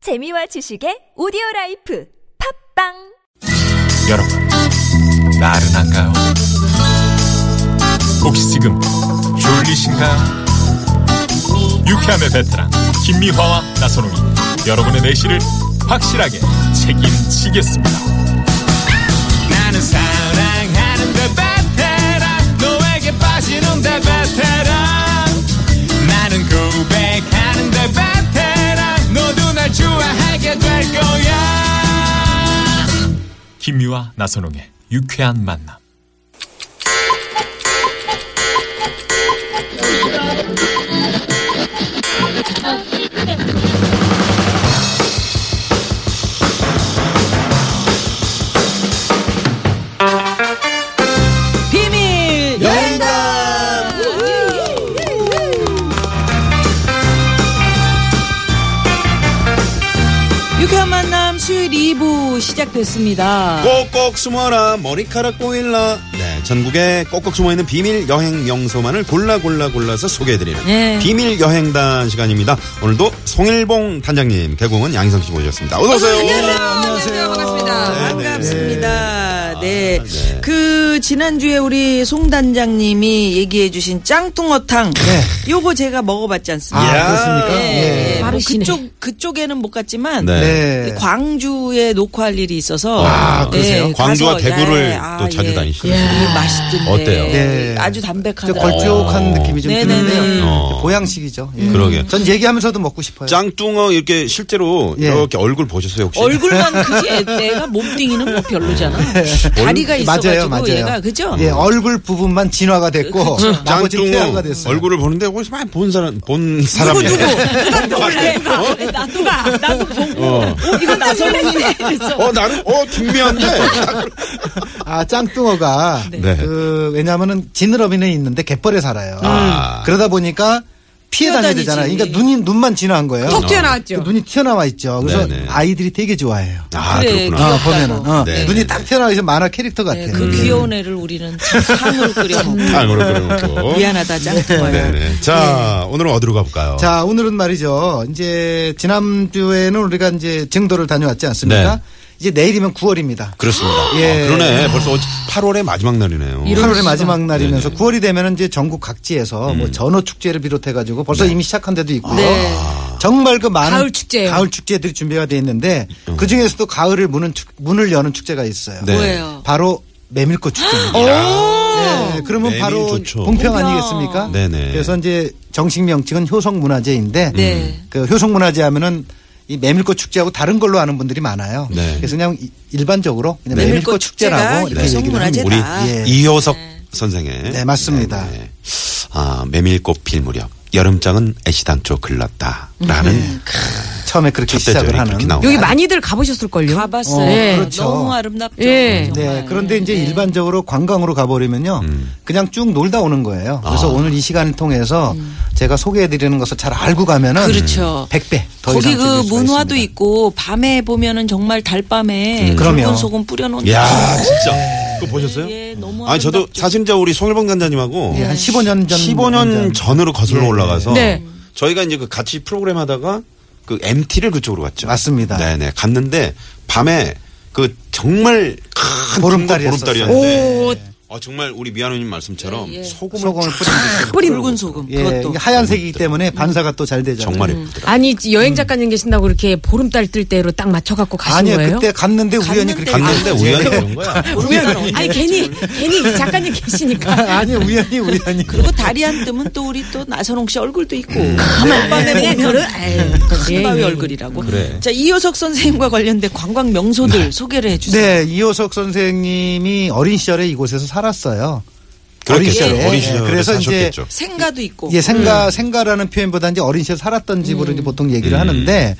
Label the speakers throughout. Speaker 1: 재미와 지식의 오디오 라이프 팝빵
Speaker 2: 여러분, 나른한가요? 혹시 지금 졸리신가요? 유쾌함의 베테랑 김미화와 나선홍이 여러분의 내실을 확실하게 책임지겠습니다.
Speaker 3: 나는 사랑하는데 그 베테랑 너에게 빠지는데 베테랑 나는 고백하는데 그 베테랑 너도 날 좋아하게 될 거야
Speaker 2: 김미화 나선홍의 유쾌한 만남.
Speaker 4: 비밀 여행단 유쾌한 만남 수요일 2부 시작됐습니다.
Speaker 5: 꼭꼭 숨어라 머리카락 꼬일라 네 전국에 꼭꼭 숨어있는 비밀 여행 영소만을 골라 골라 골라서 소개해드리는
Speaker 4: 예.
Speaker 5: 비밀 여행단 시간입니다 오늘도 송일봉 단장님 개공은 양희성 씨 모셨습니다 어서 오세요
Speaker 4: 네, 안녕하세요. 어, 반갑습니다.
Speaker 5: 네, 네.
Speaker 4: 반갑습니다. 네.
Speaker 5: 네.
Speaker 4: 그 지난주에 우리 송 단장님이 얘기해 주신 짱뚱어탕
Speaker 5: 네.
Speaker 4: 요거 제가 먹어 봤지
Speaker 6: 아,
Speaker 4: 않습니까?
Speaker 5: 이야.
Speaker 4: 예, 예. 뭐
Speaker 6: 빠르시네.
Speaker 4: 그쪽 그쪽에는 못 갔지만
Speaker 5: 네.
Speaker 4: 그 광주에 녹화할 일이 있어서 네,
Speaker 5: 아, 그러세요? 광주와
Speaker 4: 가서,
Speaker 5: 대구를
Speaker 4: 예,
Speaker 5: 또 자주 다니시죠?
Speaker 4: 이게 맛있던데
Speaker 5: 어때요?
Speaker 6: 예.
Speaker 4: 아주
Speaker 6: 좀
Speaker 4: 담백하더라고요.
Speaker 6: 걸쭉한 느낌이 좀
Speaker 4: 그 어. 네네네.
Speaker 6: 드는데요.
Speaker 5: 어.
Speaker 6: 보양식이죠. 예.
Speaker 5: 그러게.
Speaker 6: 전 얘기하면서도 먹고 싶어요.
Speaker 5: 짱뚱어 이렇게 실제로
Speaker 6: 예.
Speaker 5: 이렇게 얼굴 보셨어요 혹시?
Speaker 4: 얼굴만 그지 내가 몸뚱이는 뭐 별로잖아. 다리가 있어가지고
Speaker 6: 네. 예, 맞아요, 맞아요.
Speaker 4: 얘가 그죠? 그,
Speaker 6: 예, 얼굴 부분만 진화가 됐고 나머지
Speaker 5: 짱뚱어
Speaker 6: 퇴화가 됐어요.
Speaker 5: 얼굴을 보는데 훨씬 많이 본 사람 본 사람
Speaker 4: 누구 누구 누가
Speaker 6: 어?
Speaker 4: 누굴래? 나 누가 나도 보고
Speaker 5: 어.
Speaker 4: 어, 이거 나선홍이네 그랬어.
Speaker 5: 어 나는 어 중미한데
Speaker 6: 아, 짱뚱어가
Speaker 5: 네.
Speaker 6: 그 왜냐하면은 지느러미는 있는데 갯벌에 살아요.
Speaker 5: 아.
Speaker 6: 그러다 보니까 피해
Speaker 4: 음. 피해
Speaker 6: 다녀야
Speaker 4: 다니지.
Speaker 6: 되잖아요. 그러니까 눈이 눈만 진화한 거예요. 그
Speaker 4: 턱 튀어나왔죠.
Speaker 6: 눈이 튀어나와 있죠. 그래서
Speaker 5: 네네.
Speaker 6: 아이들이 되게 좋아해요.
Speaker 5: 아
Speaker 4: 그래,
Speaker 5: 그렇구나
Speaker 4: 귀여워.
Speaker 6: 어,
Speaker 4: 귀엽다고.
Speaker 6: 보면은 어,
Speaker 5: 네.
Speaker 6: 눈이 딱 튀어나와 있어 만화 캐릭터 같아요.
Speaker 4: 네, 그 귀여운 애를 우리는 탕으로 끓여 먹고
Speaker 5: 아 그렇구나 그렇구나.
Speaker 4: 미안하다 짱뚱어야.
Speaker 5: 네네. 자,
Speaker 4: 예.
Speaker 5: 오늘은 어디로 가볼까요?
Speaker 6: 자, 오늘은 말이죠. 이제 지난주에는 우리가 이제 증도를 다녀왔지 않습니까?
Speaker 5: 네.
Speaker 6: 이제 내일이면 9월입니다.
Speaker 5: 그렇습니다.
Speaker 6: 예.
Speaker 5: 아, 그러네. 벌써 8월의 마지막 날이네요.
Speaker 6: 8월의 마지막 날이면서 9월이 되면 이제 전국 각지에서
Speaker 5: 음.
Speaker 6: 뭐 전어 축제를 비롯해 가지고 벌써 이미 시작한 데도 있고요.
Speaker 4: 네.
Speaker 6: 정말 그 많은
Speaker 4: 가을 축제예요.
Speaker 6: 가을 축제들이 준비가 돼 있는데 그 중에서도 가을을 무는 축- 문을 여는 축제가 있어요.
Speaker 5: 음. 네.
Speaker 4: 뭐예요?
Speaker 6: 바로 메밀꽃 축제입니다. 네, 그러면
Speaker 5: 메밀
Speaker 6: 바로
Speaker 5: 좋죠.
Speaker 6: 봉평
Speaker 4: 봉평.
Speaker 6: 아니겠습니까?
Speaker 5: 네네.
Speaker 6: 그래서 이제 정식 명칭은 효성문화제인데
Speaker 4: 네.
Speaker 6: 그 효성문화제 하면은 이 메밀꽃 축제하고 다른 걸로 아는 분들이 많아요.
Speaker 5: 네.
Speaker 6: 그래서 그냥 이- 일반적으로 그냥
Speaker 4: 메밀꽃
Speaker 6: 메밀꽃
Speaker 4: 축제가
Speaker 6: 축제라고 이렇게 얘기를 합니다.
Speaker 4: 효성문화제다.
Speaker 5: 우리
Speaker 6: 예.
Speaker 5: 이효석 선생의
Speaker 6: 네, 맞습니다.
Speaker 5: 아, 메밀꽃 필 무렵 여름장은 애시당초 글렀다라는
Speaker 6: 처음에 그렇게
Speaker 5: 첫
Speaker 6: 시작을
Speaker 5: 대절이
Speaker 6: 음, 하는.
Speaker 5: 그렇게 나오고
Speaker 7: 여기 많이들 가보셨을걸요?
Speaker 4: 가봤어요.
Speaker 7: 예.
Speaker 6: 그렇죠.
Speaker 4: 너무 아름답죠.
Speaker 7: 예.
Speaker 4: 정말.
Speaker 6: 네, 그런데 이제 일반적으로 관광으로 가버리면요,
Speaker 5: 음.
Speaker 6: 그냥 쭉 놀다 오는 거예요.
Speaker 5: 아.
Speaker 6: 그래서 오늘 이 시간을 통해서 제가 소개해드리는 것을 잘 알고 가면은
Speaker 4: 음. 그렇죠.
Speaker 6: 100배 더
Speaker 4: 거기 그
Speaker 6: 이상 즐길 수가
Speaker 4: 문화도
Speaker 6: 있습니다. 음,
Speaker 4: 있고 밤에 보면은 정말 달밤에
Speaker 6: 그럼요.
Speaker 4: 붉은 소금 뿌려놓은
Speaker 5: 야
Speaker 6: 네.
Speaker 5: 진짜 그거 보셨어요?
Speaker 4: 예, 너무
Speaker 5: 아니 저도
Speaker 4: 아름답죠.
Speaker 5: 사실 저 우리 송일봉 단장님하고
Speaker 6: 예, 한 15년 전.
Speaker 5: 15년 전으로 거슬러
Speaker 6: 예, 예.
Speaker 5: 올라가서
Speaker 7: 네.
Speaker 5: 저희가 이제 그 같이 프로그램 하다가 그 MT를 그쪽으로 갔죠.
Speaker 6: 맞습니다.
Speaker 5: 네네 갔는데 밤에 그 정말 큰
Speaker 6: 보름달이었었어요.
Speaker 5: 보름달이었는데 아, 정말 우리 미아노님 말씀처럼 소금을
Speaker 6: 소금을 뿌리는
Speaker 4: 뿌린 붉은 소금
Speaker 6: 예,
Speaker 4: 그것도
Speaker 6: 이게 하얀색이기 때문에 반사가 또 잘 되죠.
Speaker 5: 정말 예쁘더라고요.
Speaker 7: 아니 여행 작가님 계신다고 이렇게 보름달 뜰 때로 딱 맞춰갖고 가신
Speaker 6: 아니요,
Speaker 7: 거예요?
Speaker 6: 그때 갔는데 우연히 아, 그렇게
Speaker 5: 갔는데 아,
Speaker 6: 됐어요.
Speaker 5: 우연히 그런 거야.
Speaker 7: 우연히 아니 괜히 괜히 작가님 계시니까
Speaker 6: 아니요, 우연히 우연히.
Speaker 4: 그리고 다리 한 뜸은 또 우리 또 나선홍 씨 얼굴도 있고 밤에 보면 큰
Speaker 7: 네. 예,
Speaker 4: 바위
Speaker 7: 예.
Speaker 4: 얼굴이라고. 자 이효석 선생님과 관련된 관광 명소들 소개를 해주세요.
Speaker 6: 네, 이호석 선생님이 어린 시절에 이곳에서 살았어요.
Speaker 5: 그렇겠죠.
Speaker 6: 시절에.
Speaker 5: 어린 시절에
Speaker 6: 예, 그래서 이제
Speaker 5: 사셨겠죠.
Speaker 4: 생가도 있고.
Speaker 6: 예,
Speaker 7: 음.
Speaker 6: 생가 생가라는 표현보다 이제 어린 시절 살았던 집으로 이제 보통 얘기를 하는데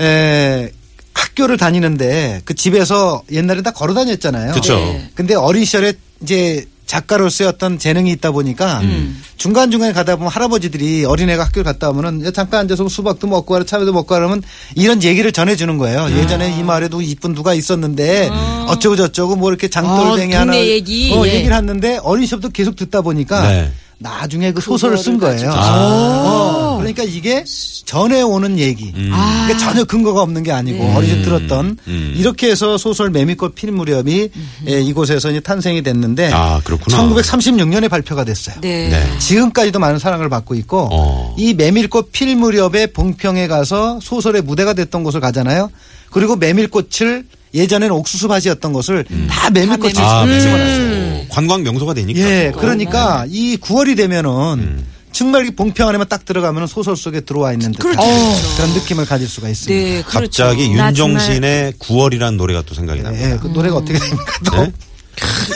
Speaker 6: 에, 학교를 다니는데 그 집에서 옛날에 다 걸어 다녔잖아요.
Speaker 5: 그쵸.
Speaker 4: 예.
Speaker 6: 근데 어린 시절에 이제 작가로서의 어떤 재능이 있다 보니까
Speaker 7: 음.
Speaker 6: 중간 중간에 가다 보면 할아버지들이 어린애가 학교를 갔다 오면은 야, 잠깐 앉아서 수박도 먹고 가라 참외도 먹고 가라면 이런 얘기를 전해주는 거예요.
Speaker 7: 음.
Speaker 6: 예전에 이 마을에도 이쁜 누가 있었는데 어쩌고 저쩌고 뭐 이렇게 장돌뱅이
Speaker 7: 어,
Speaker 6: 하나
Speaker 7: 아. 동네 얘기.
Speaker 6: 어,
Speaker 7: 예.
Speaker 6: 얘기를 했는데 어린 시절부터 계속 듣다 보니까
Speaker 5: 네.
Speaker 6: 나중에 그 소설을 쓴 거예요. 어, 그러니까 이게 전에 오는 얘기.
Speaker 5: 음.
Speaker 6: 그러니까 전혀 근거가 없는 게 아니고 어리진 들었던
Speaker 5: 음.
Speaker 6: 이렇게 해서 소설 매미꽃 필 무렵이 예, 이곳에서 이제 탄생이 됐는데
Speaker 5: 아, 그렇구나.
Speaker 6: 1936년에 발표가 됐어요.
Speaker 4: 네.
Speaker 5: 네.
Speaker 6: 지금까지도 많은 사랑을 받고 있고
Speaker 5: 어.
Speaker 6: 이 메밀꽃 필 무렵에 봉평에 가서 소설의 무대가 됐던 곳을 가잖아요. 그리고 메밀꽃을 예전에는 옥수수밭이었던 것을
Speaker 5: 음.
Speaker 6: 다 메밀꽃을
Speaker 5: 아,
Speaker 6: 심어놨어요.
Speaker 5: 음. 관광 명소가 되니까.
Speaker 6: 예,
Speaker 5: 또.
Speaker 6: 그러니까 이 9월이 되면은
Speaker 5: 음.
Speaker 6: 정말 이 봉평 안에만 딱 들어가면 소설 속에 들어와 있는 듯한
Speaker 4: 그렇죠,
Speaker 6: 그런 느낌을 가질 수가 있습니다.
Speaker 4: 네, 그렇죠.
Speaker 5: 갑자기
Speaker 7: 나
Speaker 5: 윤정신의 9월이라는 노래가 또 생각이 납니다.
Speaker 6: 예, 그 노래가 어떻게 됩니까? 또?
Speaker 5: 네?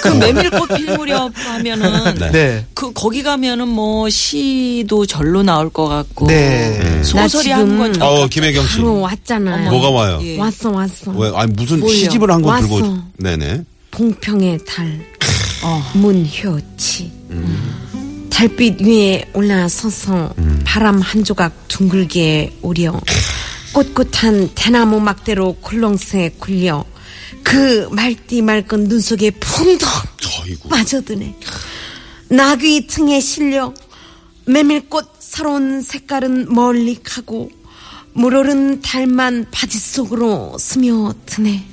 Speaker 4: 그 메밀꽃 필 무렵 하면은
Speaker 5: 네.
Speaker 6: 네.
Speaker 4: 그 거기 가면은 뭐 시도 절로 나올 것 같고 음.
Speaker 6: 네.
Speaker 4: 소설이
Speaker 7: 나 지금-
Speaker 4: 한건
Speaker 5: 어, 김혜경 씨.
Speaker 7: 바로 왔잖아요.
Speaker 5: 뭐가 와요?
Speaker 4: 예.
Speaker 7: 왔어 왔어.
Speaker 5: 왜, 아니, 무슨
Speaker 4: 뭘요?
Speaker 5: 시집을 한 권 들고.
Speaker 7: 왔어.
Speaker 5: 네네.
Speaker 7: 봉평의 달 어, 문효치 달빛 위에 올라서서 바람 한 조각 둥글게 오려 꼿꼿한 대나무 막대로 콜렁쇠 굴려 그 말띠 말건 눈 속에 펑덕
Speaker 5: 어이구.
Speaker 7: 빠져드네 나귀 등에 실려 메밀꽃 사로운 색깔은 멀리 가고 물오른 달만 바지 속으로 스며드네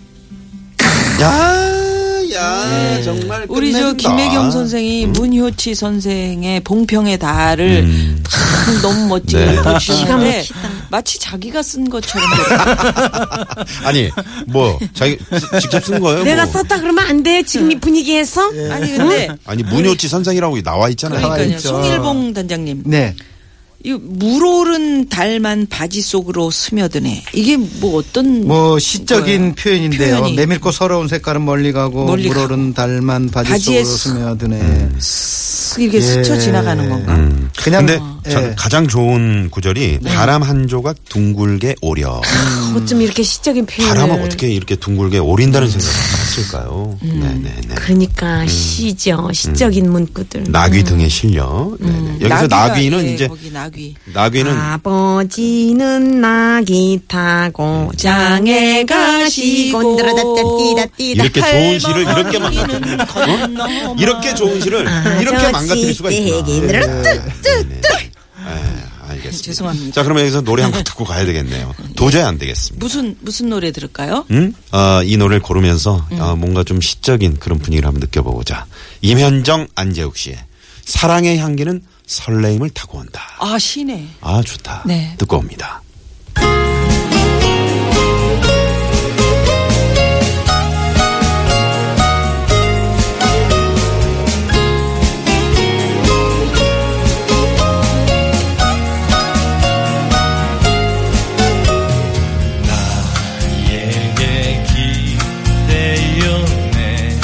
Speaker 5: 야, 야, 정말.
Speaker 4: 네. 우리 저
Speaker 5: 끝낸다.
Speaker 4: 김혜경 선생이 문효치 선생의 봉평의 달을 참 너무 멋지게
Speaker 5: 네.
Speaker 4: 보여주시는데 마치 자기가 쓴 것처럼 들어요.
Speaker 5: 아니, 뭐, 자기 지- 직접 쓴 거예요?
Speaker 7: 내가
Speaker 5: 뭐. 예.
Speaker 7: 썼다 그러면 안 돼. 지금 이 분위기에서.
Speaker 4: 아니 근데
Speaker 5: 아니, 문효치 선생이라고 나와 있잖아요.
Speaker 4: 네. 그러니까요
Speaker 6: 있죠.
Speaker 4: 송일봉 단장님
Speaker 6: 네.
Speaker 4: 이 물오른 달만 바지 속으로 스며드네 이게 뭐 어떤
Speaker 6: 뭐 시적인 표현인데요.
Speaker 4: 그 표현이.
Speaker 6: 메밀꽃 서러운 색깔은 멀리 가고
Speaker 4: 멀리
Speaker 6: 물오른 달만 바지
Speaker 4: 바지에
Speaker 6: 속으로
Speaker 4: 스-
Speaker 6: 스며드네.
Speaker 4: 이렇게
Speaker 6: 예.
Speaker 4: 스쳐 지나가는 건가?
Speaker 6: 그냥
Speaker 5: 음. 근데
Speaker 4: 네.
Speaker 6: 예.
Speaker 5: 저는 가장 좋은 구절이 바람 한 조각 둥글게 오려.
Speaker 4: 음.
Speaker 7: 아, 어쩜 이렇게 시적인 표현을.
Speaker 4: 네.
Speaker 5: 바람은 어떻게 이렇게 둥글게
Speaker 4: 음.
Speaker 5: 오린다는 생각을 했을까요? 네네네. 음.
Speaker 7: 그러니까 시죠. 시적인 문구들.
Speaker 5: 나귀 등에 실려. 네네. 여기서
Speaker 4: 음. 나귀가,
Speaker 5: 나귀는
Speaker 4: 예,
Speaker 5: 이제
Speaker 4: 거기 아, 나귀
Speaker 5: 나귀는
Speaker 7: 아버지는 나기 타고 장에 가시고 띠다띠다.
Speaker 5: 이렇게 좋은 시를 이렇게 망가
Speaker 4: 할머니는 뭐 아, 건너마.
Speaker 5: 이렇게 좋은 시를 이렇게 망가뜨릴 수가 있구나. 네. 아, 알겠습니다.
Speaker 4: 죄송합니다.
Speaker 5: 자, 그러면 여기서 노래 한 곡 듣고 가야 되겠네요. 도저히 안 되겠습니다.
Speaker 4: 무슨 무슨 노래 들을까요?
Speaker 5: 음? 아, 이 노래를 고르면서
Speaker 4: 음.
Speaker 5: 아, 뭔가 좀 시적인 그런 분위기를 한번 느껴보고자. 임현정, 안재욱 씨의 사랑의 향기는 설레임을 타고 온다.
Speaker 4: 아 시네.
Speaker 5: 아, 좋다.
Speaker 4: 네.
Speaker 5: 듣고 옵니다.
Speaker 3: 나에게 기대요 내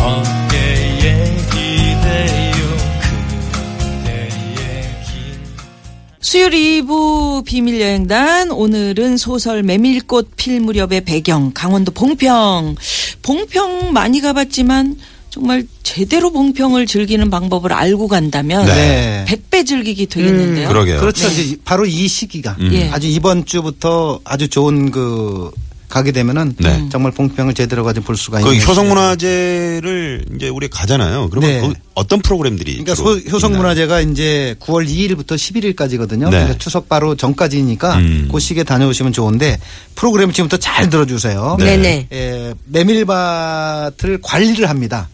Speaker 3: 어깨에 기대요 그대의 길
Speaker 4: 수요일 2부 비밀여행단 오늘은 소설 메밀꽃 필 무렵의 배경 강원도 봉평 봉평 많이 가봤지만 정말 제대로 봉평을 즐기는 방법을 알고 간다면
Speaker 6: 네.
Speaker 4: 100배 즐기기 되겠는데요.
Speaker 5: 그러게요.
Speaker 6: 그렇죠. 이제 바로 이 시기가
Speaker 4: 네.
Speaker 5: 음.
Speaker 4: 예.
Speaker 6: 아주 이번 주부터 아주 좋은 그 가게 되면은
Speaker 4: 음.
Speaker 5: 네.
Speaker 6: 정말 봉평을 제대로 가지고 볼 수가
Speaker 5: 그
Speaker 6: 있는.
Speaker 5: 효성문화제를 이제 우리 가잖아요. 그러면
Speaker 6: 네.
Speaker 5: 거기 어떤 프로그램들이
Speaker 6: 그러니까
Speaker 5: 주로
Speaker 6: 소- 효성문화제가 이제 9월 2일부터 11일까지거든요.
Speaker 5: 네.
Speaker 6: 그러니까 추석 바로 전까지니까
Speaker 5: 음.
Speaker 6: 그 시기에 다녀오시면 좋은데 프로그램 지금부터 잘 들어주세요.
Speaker 5: 네.
Speaker 7: 네네.
Speaker 6: 예, 메밀밭을 관리를 합니다.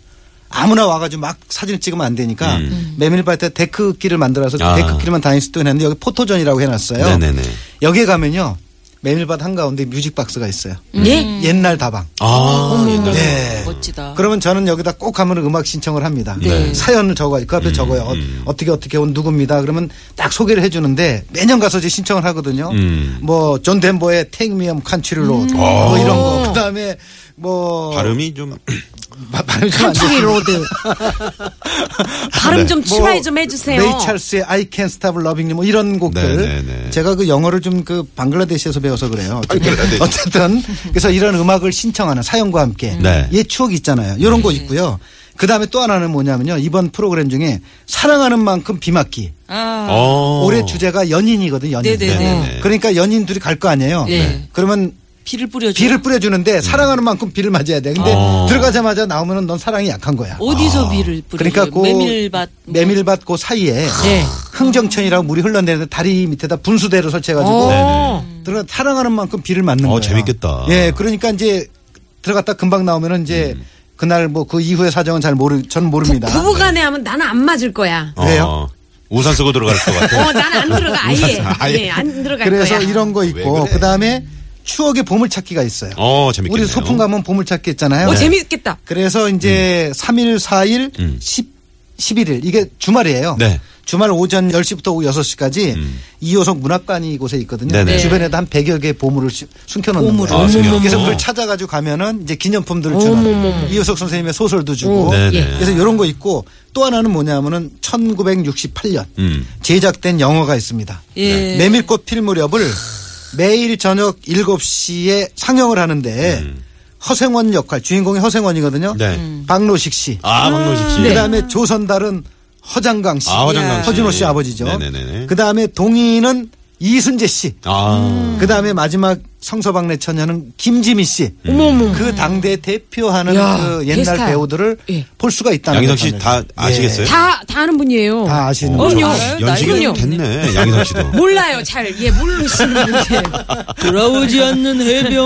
Speaker 6: 아무나 와가지고 막 사진을 찍으면 안 되니까 메밀밭에 데크길을 만들어서 그
Speaker 5: 음. 아.
Speaker 6: 데크길만 다닐 수도 있는데 여기 포토존이라고 해놨어요.
Speaker 5: 네네네.
Speaker 6: 여기에 가면요 메밀밭 한 가운데 뮤직박스가 있어요.
Speaker 7: 예?
Speaker 6: 옛날 다방.
Speaker 5: 아,
Speaker 4: 어.
Speaker 5: 옛날에.
Speaker 6: 네.
Speaker 4: 멋지다.
Speaker 6: 그러면 저는 여기다 꼭 가면 음악 신청을 합니다. 사연을 적어요. 그 앞에 적어요. 어, 어떻게 어떻게 온 누굽니다. 그러면 딱 소개를 해주는데 매년 가서 이제 신청을 하거든요.
Speaker 5: 음.
Speaker 6: 뭐 존 덴버의 Take Me Home Country Road 뭐 이런 거. 그다음에 뭐
Speaker 5: 발음이 좀
Speaker 6: 바- 발음이 좀안 좋-
Speaker 7: 리 로드.
Speaker 5: 네.
Speaker 7: 발음
Speaker 5: 뭐
Speaker 7: 좀 치마에 좀 해주세요.
Speaker 6: 레이 찰스의 뭐 I Can't Stop Loving You 뭐 이런 곡들.
Speaker 5: 네, 네, 네.
Speaker 6: 제가 그 영어를 좀 그 방글라데시에서 배워서 그래요. 어쨌든,
Speaker 5: 방글라데시.
Speaker 6: 어쨌든 그래서 이런 음악을 신청하는 사연과 함께
Speaker 5: 네.
Speaker 6: 옛 추억이 있잖아요. 이런
Speaker 7: 네.
Speaker 6: 거 있고요. 그 다음에 또 하나는 뭐냐면요. 이번 프로그램 중에 사랑하는 만큼 비맞기.
Speaker 4: 아,
Speaker 5: 어.
Speaker 6: 올해 주제가 연인이거든, 연인.
Speaker 4: 네네네.
Speaker 6: 그러니까 연인 둘이 갈 거 아니에요.
Speaker 4: 네.
Speaker 6: 그러면
Speaker 4: 비를 뿌려줘.
Speaker 6: 비를 뿌려주는데 사랑하는 만큼 비를 맞아야 돼. 근데 들어가자마자 나오면은 넌 사랑이 약한 거야.
Speaker 4: 어디서 비를 뿌려?
Speaker 6: 그러니까 그
Speaker 4: 메밀밭. 뭐.
Speaker 6: 메밀밭 그 사이에
Speaker 4: 네.
Speaker 6: 흥정천이라고 물이 흘러내리는 다리 밑에다 분수대를 설치해가지고
Speaker 7: 어.
Speaker 6: 들어가 사랑하는 만큼 비를 맞는
Speaker 5: 어,
Speaker 6: 거예요.
Speaker 5: 재밌겠다.
Speaker 6: 예, 그러니까 이제 들어갔다 금방 나오면은 이제
Speaker 5: 음.
Speaker 6: 그날 뭐 그 이후의 사정은 잘 모르, 저는 모릅니다.
Speaker 7: 그 부부간에 하면 나는 안 맞을 거야.
Speaker 6: 왜요?
Speaker 5: 어, 우산 쓰고 들어갈 것 같아.
Speaker 7: 어, 난 안 들어가 아예.
Speaker 5: 아예.
Speaker 7: 네, 안 들어갈
Speaker 6: 그래서
Speaker 7: 거야.
Speaker 6: 이런 거
Speaker 5: 왜
Speaker 6: 있고
Speaker 5: 그래?
Speaker 6: 그 다음에 추억의 보물찾기가 있어요.
Speaker 5: 어, 재밌겠네요.
Speaker 6: 우리 소풍 가면 보물찾기 있잖아요.
Speaker 5: 네.
Speaker 7: 어, 재밌겠다.
Speaker 6: 그래서 이제 삼 3일, 4일,
Speaker 5: 음.
Speaker 6: 10, 11일 이게 주말이에요.
Speaker 5: 네. 음.
Speaker 6: 주말 오전 10시부터 오후 6시까지 이호성 문학관이 곳에 있거든요.
Speaker 5: 네네.
Speaker 6: 주변에도 한 100여 개의 보물을 시- 숨겨놓는
Speaker 4: 보물을.
Speaker 6: 거예요.
Speaker 5: 아, 숨겨놓고.
Speaker 6: 그래서 그걸 찾아가지고 가면은 이제 기념품들을 주는 이호석 선생님의 소설도 주고
Speaker 7: 오,
Speaker 5: 네네.
Speaker 7: 예.
Speaker 6: 그래서 이런 거 있고 또 하나는 뭐냐면은 1968년
Speaker 5: 음.
Speaker 6: 제작된 영화가 있습니다. 네.
Speaker 4: 예.
Speaker 6: 메밀꽃 필 무렵을 매일 저녁 7시에 상영을 하는데 허생원 역할 주인공이 허생원이거든요.
Speaker 5: 음. 네. 음.
Speaker 6: 박노식 씨.
Speaker 5: 아, 박노식 씨.
Speaker 6: 그다음에 네. 조선달은 허장강 씨.
Speaker 5: 아, 허장강 씨.
Speaker 6: 허진호 씨 아버지죠.
Speaker 5: 네네네네.
Speaker 6: 그다음에 동인은 이순재 씨.
Speaker 5: 아,
Speaker 6: 그다음에 마지막 성서방래 처녀는 김지미 씨. 그 당대 대표하는
Speaker 7: 음. 야,
Speaker 6: 그 옛날
Speaker 7: 대스타.
Speaker 6: 배우들을
Speaker 7: 예.
Speaker 6: 볼 수가 있다는
Speaker 5: 양희성
Speaker 6: 거잖아요.
Speaker 5: 씨 다 아시겠어요?
Speaker 7: 다, 다 아는 분이에요.
Speaker 6: 다 아시는
Speaker 7: 어,
Speaker 6: 거죠.
Speaker 7: 그럼요.
Speaker 5: 연식이
Speaker 7: 그럼요.
Speaker 5: 됐네. 양희성 씨도.
Speaker 7: 몰라요, 잘. 예, 모르시는 분이에요.
Speaker 4: 돌아오지 않는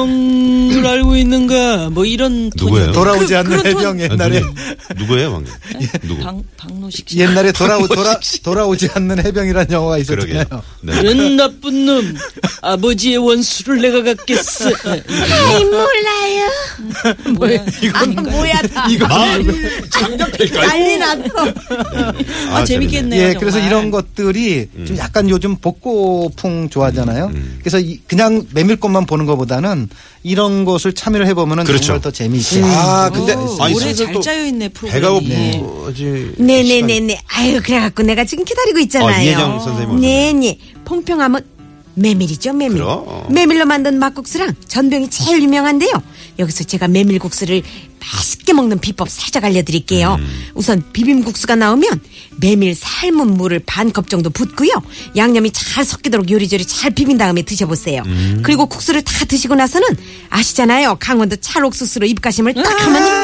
Speaker 4: 해병을 알고 있는가? 뭐 이런
Speaker 5: 누구예요?
Speaker 4: 톤이-
Speaker 6: 돌아오지
Speaker 7: 그-
Speaker 6: 않는
Speaker 7: 그런
Speaker 6: 해병
Speaker 5: 아,
Speaker 6: 옛날에
Speaker 5: 누구- 누구예요, 방금? 누구?
Speaker 4: 방, 박노식 씨.
Speaker 6: 옛날에 돌아오 돌아 돌아오지 않는 해병이라는 영화가 있었잖아요.
Speaker 5: 그러게요. 네.
Speaker 4: 이런 나쁜 놈 아버지의 원수를 내가 갖겠어. 네,
Speaker 7: 아이, 몰라요.
Speaker 4: 뭐야?
Speaker 7: 아, 뭐야, 다.
Speaker 5: 아,
Speaker 7: 난리 났어.
Speaker 4: 아, 재밌겠네요.
Speaker 6: 예, 그래서
Speaker 4: 정말.
Speaker 6: 이런 것들이
Speaker 5: 음.
Speaker 6: 좀 약간 요즘 복고풍 좋아하잖아요. 그래서 이- 그냥 메밀꽃만 보는 것보다는 이런 것을 참여를 해보면은
Speaker 5: 그렇죠.
Speaker 6: 정말 더 재미있게.
Speaker 7: 음.
Speaker 5: 아, 근데
Speaker 4: 오,
Speaker 5: 아니,
Speaker 4: 어, 올해
Speaker 5: 선생님
Speaker 4: 잘
Speaker 5: 또
Speaker 4: 짜여 있네
Speaker 5: 배가
Speaker 4: 프로그램이.
Speaker 5: 네. 고프지.
Speaker 7: 네네네네. 아유, 그래갖고 내가 지금 기다리고 있잖아요.
Speaker 5: 어, 이혜정 선생님
Speaker 7: 네네. 퐁평하면 메밀이죠, 메밀.
Speaker 5: 그럼. 어.
Speaker 7: 메밀로 만든 막국수랑 전병이 제일 유명한데요. 여기서 제가 메밀국수를 맛있게 먹는 비법 살짝 알려드릴게요. 우선 비빔국수가 나오면 메밀 삶은 물을 반 컵 정도 붓고요. 양념이 잘 섞이도록 요리조리 잘 비빈 다음에 드셔보세요. 그리고 국수를 다 드시고 나서는 아시잖아요. 강원도 찰옥수수로 입가심을 딱 하면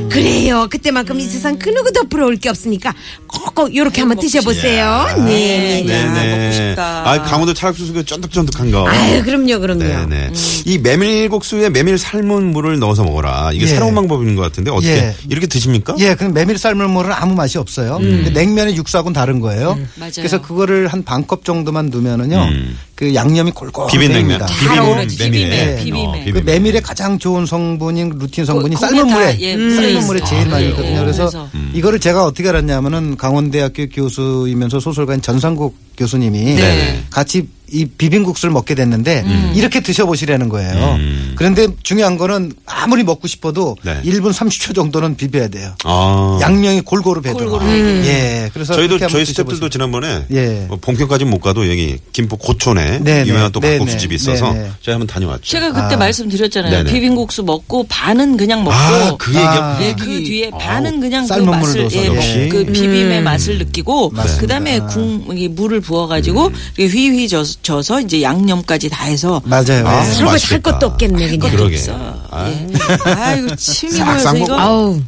Speaker 7: 뭐 그래요. 그때만큼 이 세상 그 누구도 부러울 게 없으니까 꼭꼭 요렇게 한번 드셔보세요. 네.
Speaker 4: 네. 야, 먹고
Speaker 5: 네네.
Speaker 4: 싶다.
Speaker 5: 아, 강원도 찰국수가 쫀득쫀득한 거.
Speaker 7: 아유, 그럼요, 음. 그럼요.
Speaker 5: 네네. 이 메밀국수에 메밀 삶은 물을 넣어서 먹어라. 이게
Speaker 6: 예.
Speaker 5: 새로운 방법인 것 같은데 어떻게
Speaker 6: 예.
Speaker 5: 이렇게 드십니까?
Speaker 6: 예, 그럼 메밀 삶은 물은 아무 맛이 없어요. 근데 냉면의 육수하고는 다른 거예요.
Speaker 4: 음. 맞아요.
Speaker 6: 그래서 그거를 한 반 컵 정도만 넣으면은요, 그 양념이 골골
Speaker 5: 음. 비빔 냉면.
Speaker 6: 됩니다.
Speaker 5: 비빔
Speaker 4: 잘 어울려. 비빔에,
Speaker 5: 어,
Speaker 4: 비빔에.
Speaker 6: 그
Speaker 5: 비빔
Speaker 6: 메밀의 가장 좋은 성분인 루틴 성분이
Speaker 4: 거-
Speaker 6: 삶은
Speaker 4: 거기에
Speaker 6: 물에
Speaker 4: 그 다, 예,
Speaker 6: 삶은
Speaker 4: 들어있어.
Speaker 6: 물에 제일
Speaker 4: 아,
Speaker 6: 많이
Speaker 4: 그래요?
Speaker 5: 예.
Speaker 6: 있거든요. 그래서,
Speaker 4: 그래서.
Speaker 5: 음.
Speaker 6: 이거를 제가 어떻게 알았냐면은 강원대학교 교수이면서 소설가인 전상국 교수님이
Speaker 4: 네.
Speaker 6: 같이 이 비빔국수를 먹게 됐는데
Speaker 4: 음.
Speaker 6: 이렇게 드셔보시라는 거예요. 그런데 중요한 거는 아무리 먹고 싶어도
Speaker 5: 음. 네.
Speaker 6: 1분 30초 정도는 비벼야 돼요.
Speaker 5: 아.
Speaker 6: 양념이 어. 골고루 배도록. 예. 그래서
Speaker 5: 음. 저희도
Speaker 6: 그렇게 한번
Speaker 5: 저희 스태프들도
Speaker 6: 드셔보세요.
Speaker 5: 지난번에
Speaker 6: 예.
Speaker 5: 뭐 본격까지 못 가도 여기 김포 고촌에
Speaker 6: 네네.
Speaker 5: 유명한 또 막국수
Speaker 6: 네네.
Speaker 5: 집이 있어서
Speaker 6: 네네.
Speaker 5: 저희 한번 다녀왔죠.
Speaker 4: 제가 그때 말씀드렸잖아요.
Speaker 5: 네네.
Speaker 4: 비빔국수 먹고 반은 그냥 먹고
Speaker 5: 아, 그 얘기
Speaker 6: 아.
Speaker 4: 예, 그 뒤에 반은 그냥 그
Speaker 6: 삶은 물을
Speaker 4: 맛을
Speaker 6: 넣어서
Speaker 4: 예,
Speaker 5: 역시.
Speaker 4: 그 비빔의 맛을 느끼고 그다음에 국이 물을 부어 가지고
Speaker 5: 음.
Speaker 4: 휘휘 젖- 져서 이제 양념까지 다 해서
Speaker 6: 맞아요.
Speaker 5: 아,
Speaker 6: 예.
Speaker 7: 그러고
Speaker 5: 맛있겠다.
Speaker 7: 살 것도 없겠네, 그냥.
Speaker 5: 그러게.
Speaker 4: 없어.
Speaker 5: 아.
Speaker 4: 예. 아이고 침이
Speaker 5: 싹
Speaker 4: 고여서
Speaker 5: 싹
Speaker 4: 이거
Speaker 5: 먹고.
Speaker 7: 아우.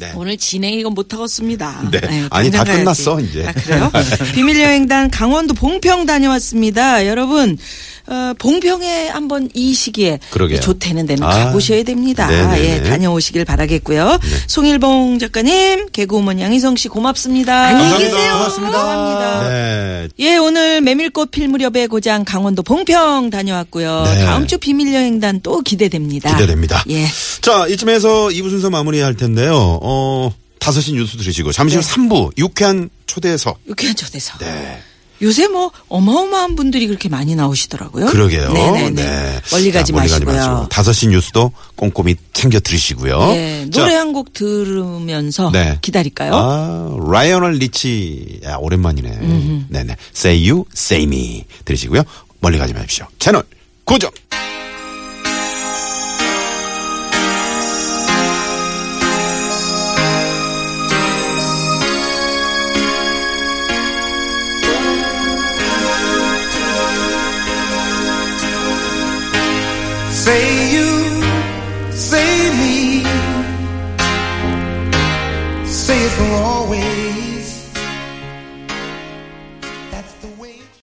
Speaker 5: 네.
Speaker 4: 오늘 진행 이건 못 하겠습니다.
Speaker 5: 네. 아니, 다 끝났어, 이제.
Speaker 4: 아 그래요? 비밀 여행단 강원도 봉평 다녀왔습니다. 여러분 어, 봉평에 한번 이 시기에
Speaker 5: 그러게요.
Speaker 4: 좋다는 데는
Speaker 5: 아.
Speaker 4: 가보셔야 됩니다.
Speaker 5: 네네네. 네.
Speaker 4: 예, 다녀오시길 바라겠고요. 송일봉 작가님, 개그우먼 양희성 씨 고맙습니다.
Speaker 7: 안녕히
Speaker 5: 감사합니다.
Speaker 7: 계세요.
Speaker 5: 고맙습니다.
Speaker 4: 감사합니다.
Speaker 5: 네.
Speaker 4: 예, 오늘 메밀꽃 필 무렵의 고장 강원도 봉평 다녀왔고요.
Speaker 5: 네.
Speaker 4: 다음 주 비밀 여행단 또 기대됩니다.
Speaker 5: 기대됩니다.
Speaker 4: 예.
Speaker 5: 자, 이쯤에서 2부 순서 마무리할 텐데요. 어, 5시 뉴스 들으시고 잠시 후 3부 유쾌한 초대석.
Speaker 4: 유쾌한 초대서. 요새 뭐 어마어마한 분들이 그렇게 많이 나오시더라고요.
Speaker 5: 그러게요.
Speaker 4: 어? 네네네.
Speaker 5: 네.
Speaker 4: 멀리
Speaker 5: 자,
Speaker 4: 가지 마시고요.
Speaker 5: 5시 뉴스도 꼼꼼히 챙겨 들으시고요.
Speaker 4: 예,
Speaker 5: 자,
Speaker 4: 노래 한 곡 들으면서
Speaker 5: 네.
Speaker 4: 기다릴까요?
Speaker 5: 아, 라이오널 리치. 야, 오랜만이네. 네네. Say you, say me. 들으시고요. 멀리 가지 마십시오. 채널 고정!
Speaker 3: Say Say you, say me, say it will always.